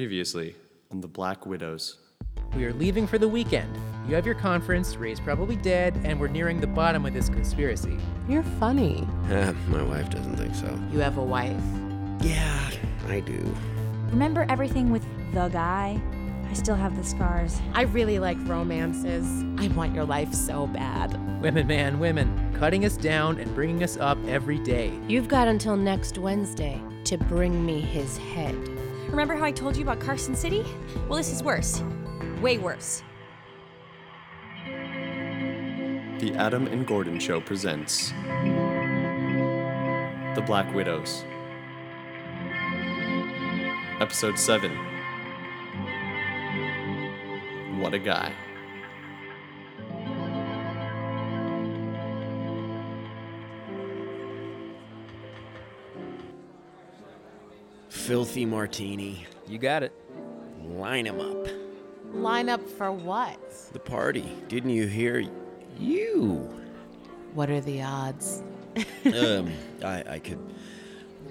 Previously on the Black Widows. We are leaving for the weekend. You have your conference, Ray's probably dead, and we're nearing the bottom of this conspiracy. You're funny. Eh, My wife doesn't think so. You have a wife. Yeah, I do. Remember everything with the guy? I still have the scars. I really like romances. I want your life so bad. Women, man, women, cutting us down and bringing us up every day. You've got until next Wednesday to bring me his head. Remember how I told you about Carson City? Well, this is worse. Way worse. The Adam and Gordon Show presents The Black Widows. Episode 7 What a Guy. Filthy martini. You got it. Line 'em up. Line up for what? The party. Didn't you hear? You. What are the odds? um, I, I could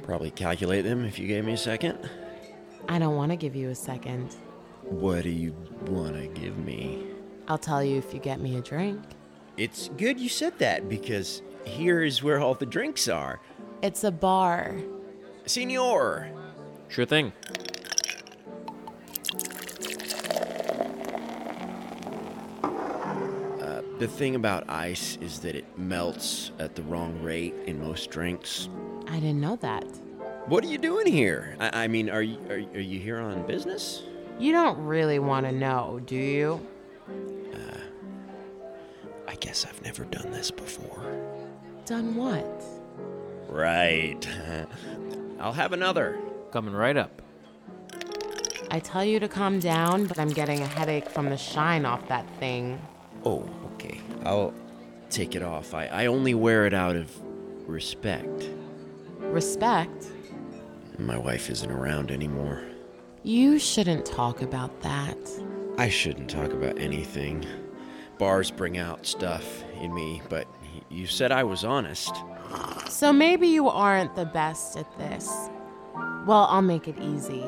probably calculate them if you gave me a second. I don't want to give you a second. What do you want to give me? I'll tell you if you get me a drink. It's good you said that because here is where all the drinks are. It's a bar. Senor. Sure thing. Uh, The thing about ice is that it melts at the wrong rate in most drinks. I didn't know that. What are you doing here? I, I mean, are you, are, you- are you here on business? You don't really want to know, do you? I guess I've never done this before. Done what? Right. I'll have another. Coming right up. I tell you to calm down, but I'm getting a headache from the shine off that thing. Oh, okay. I'll take it off. I, I only wear it out of respect. Respect? My wife isn't around anymore. You shouldn't talk about that. I shouldn't talk about anything. Bars bring out stuff in me, but y- you said I was honest. So maybe you aren't the best at this. Well, I'll make it easy.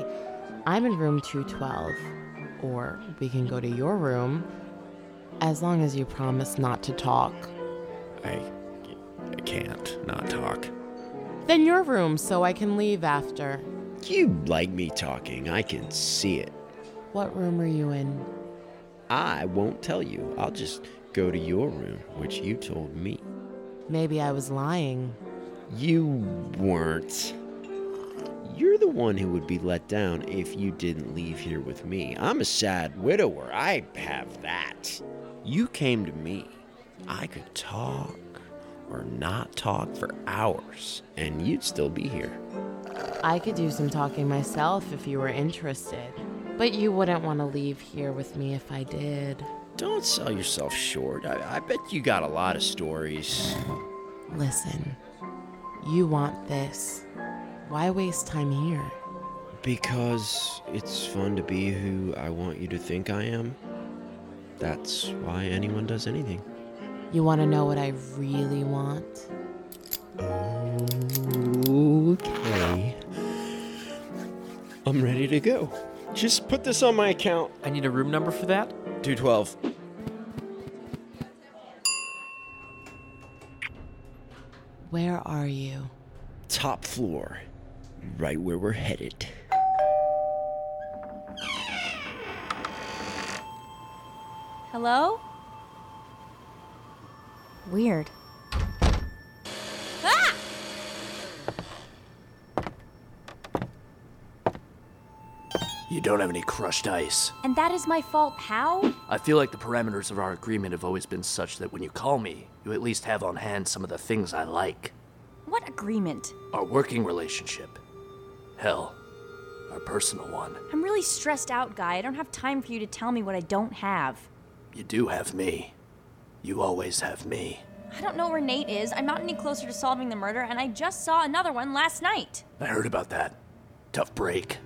I'm in room 212, or we can go to your room, as long as you promise not to talk. I, I can't not talk. Then your room, so I can leave after. You like me talking. I can see it. What room are you in? I won't tell you. I'll just go to your room, which you told me. Maybe I was lying. You weren't. You're the one who would be let down if you didn't leave here with me. I'm a sad widower. I have that. You came to me. I could talk or not talk for hours, and you'd still be here. I could do some talking myself if you were interested, but you wouldn't want to leave here with me if I did. Don't sell yourself short. I, I bet you got a lot of stories. Listen, you want this. Why waste time here? Because it's fun to be who I want you to think I am. That's why anyone does anything. You want to know what I really want? Okay. I'm ready to go. Just put this on my account. I need a room number for that? 212. Where are you? Top floor. Right where we're headed. Hello? Weird. Ah! You don't have any crushed ice. And that is my fault. How? I feel like the parameters of our agreement have always been such that when you call me, you at least have on hand some of the things I like What agreement? our working relationship. Hell, our personal one. I'm really stressed out, guy. I don't have time for you to tell me what I don't have. You do have me. You always have me. I don't know where Nate is. I'm not any closer to solving the murder, and I just saw another one last night. I heard about that. Tough break.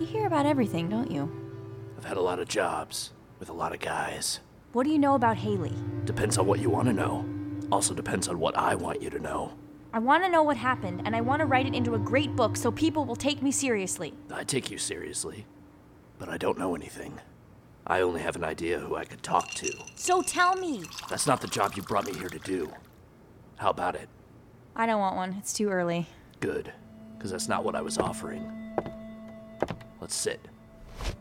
You hear about everything, don't you? I've had a lot of jobs with a lot of guys. What do you know about Haley? Depends on what you want to know. Also depends on what I want you to know. I want to know what happened, and I want to write it into a great book so people will take me seriously. I take you seriously. but I don't know anything. I only have an idea who I could talk to. So tell me. That's not the job you brought me here to do. How about it? I don't want one. It's too early. Good, because that's not what I was offering. Let's sit.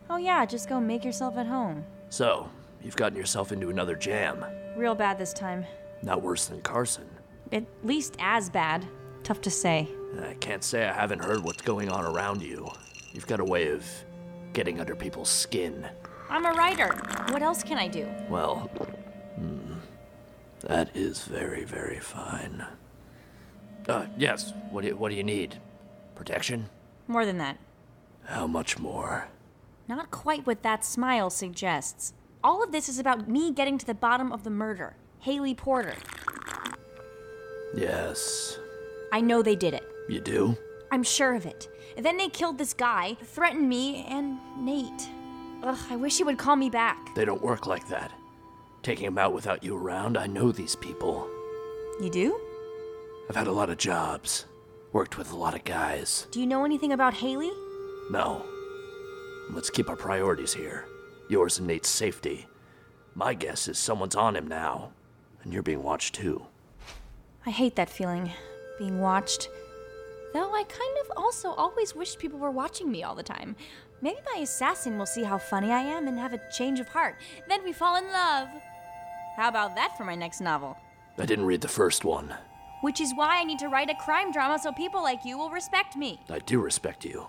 Oh, yeah, just go make yourself at home. So, you've gotten yourself into another jam. Real bad this time. Not worse than Carson. At least as bad. Tough to say. And I can't say I haven't heard what's going on around you. You've got a way of getting under people's skin. I'm a writer. What else can I do? Well, hmm, that is very, very fine. Uh, yes. What do you, what do you need? Protection? More than that. How much more? Not quite what that smile suggests. All of this is about me getting to the bottom of the murder. Haley Porter. Yes. I know they did it. You do? I'm sure of it. And then they killed this guy, threatened me, and Nate. Ugh, I wish he would call me back. They don't work like that. Taking them out without you around, I know these people. You do? I've had a lot of jobs, worked with a lot of guys. Do you know anything about Haley? No. Let's keep our priorities here yours and Nate's safety. My guess is someone's on him now, and you're being watched too. I hate that feeling, being watched. Though I kind of also always wished people were watching me all the time. Maybe my assassin will see how funny I am and have a change of heart. Then we fall in love. How about that for my next novel? I didn't read the first one. Which is why I need to write a crime drama so people like you will respect me. I do respect you.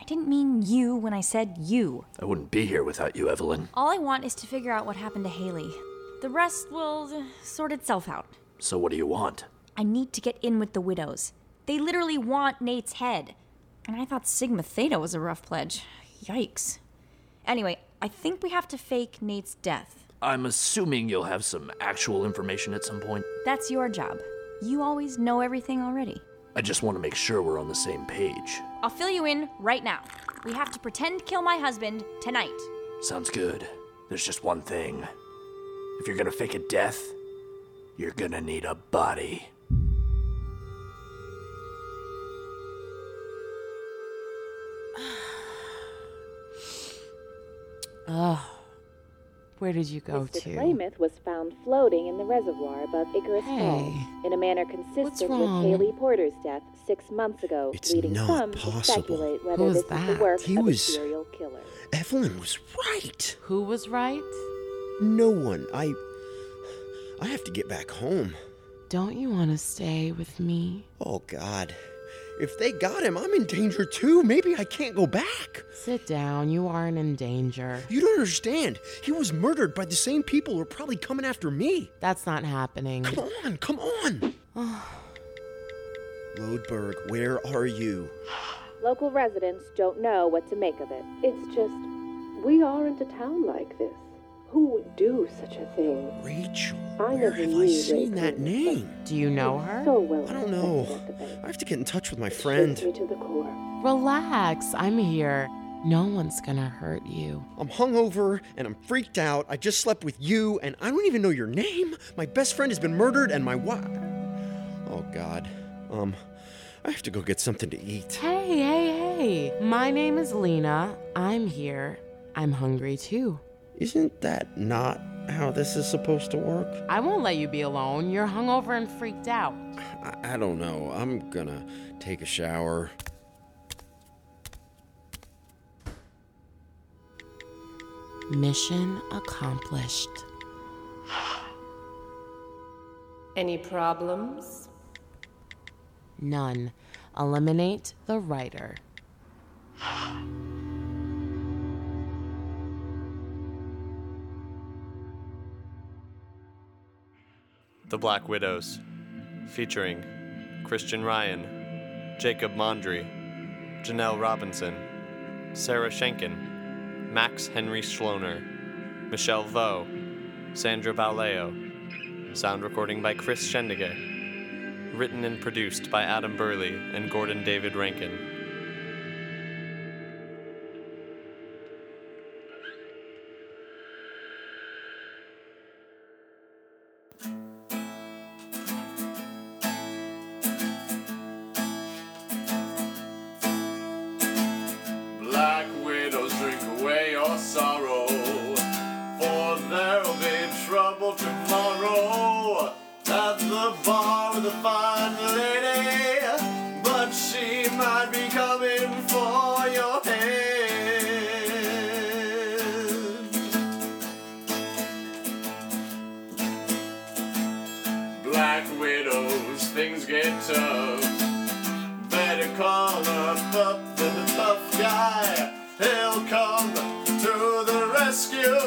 I didn't mean you when I said you. I wouldn't be here without you, Evelyn. All I want is to figure out what happened to Haley. The rest will uh, sort itself out. So, what do you want? I need to get in with the widows. They literally want Nate's head. And I thought Sigma Theta was a rough pledge. Yikes. Anyway, I think we have to fake Nate's death. I'm assuming you'll have some actual information at some point. That's your job. You always know everything already. I just want to make sure we're on the same page. I'll fill you in right now. We have to pretend to kill my husband tonight. Sounds good. There's just one thing. If you're gonna fake a death, you're gonna need a body. Ugh. Where did you go Mr. to? Klamath was found floating in the reservoir above Icarus Falls Hey, in a manner what's consistent wrong? with Haley Porter's death six months ago, It's leading not some possible. to speculate whether was this is that? the work He of was- a serial killer. Evelyn was right. Who was right? No one. I. I have to get back home. Don't you want to stay with me? Oh, God. If they got him, I'm in danger too. Maybe I can't go back. Sit down. You aren't in danger. You don't understand. He was murdered by the same people who are probably coming after me. That's not happening. Come on, come on. Lodberg, where are you? Local residents don't know what to make of it. It's just, we aren't a town like this. Who would do such a thing? Rachel. I Where never have knew I seen Rachel. that name? Do you know It's her? So well I don't know. respected at the I bank. have to get in touch with my It shakes friend. me to the core. Relax. I'm here. No one's gonna hurt you. I'm hungover and I'm freaked out. I just slept with you and I don't even know your name. My best friend has been murdered and my wife. Oh, God. Um, I have to go get something to eat. Hey, hey, hey. My name is Lena. I'm here. I'm hungry too. Isn't that not how this is supposed to work? I won't let you be alone. You're hungover and freaked out. I, I don't know. I'm gonna take a shower. Mission accomplished. Any problems? None. Eliminate the writer. The Black Widows, featuring Christian Ryan, Jacob Mondry, Janelle Robinson, Sarah Schenken, Max Henry Schloner, Michelle Vo, Sandra Baleo. Sound recording by Chris Schendiger. Written and produced by Adam Burley and Gordon David Rankin. Black widows drink away sorrow, for there'll be trouble tomorrow at the bar with a fine lady, but she might be coming for your head. Black widows, things get tough. Better call up up the tough guy. He'll come to the rescue.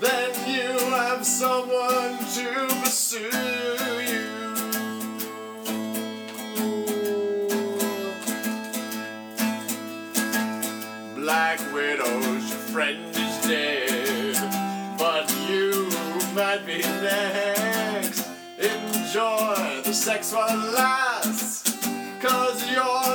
Then you have someone to pursue you. Black widows, your friend is dead, but you might be next. Enjoy the sex while it lasts, cause you're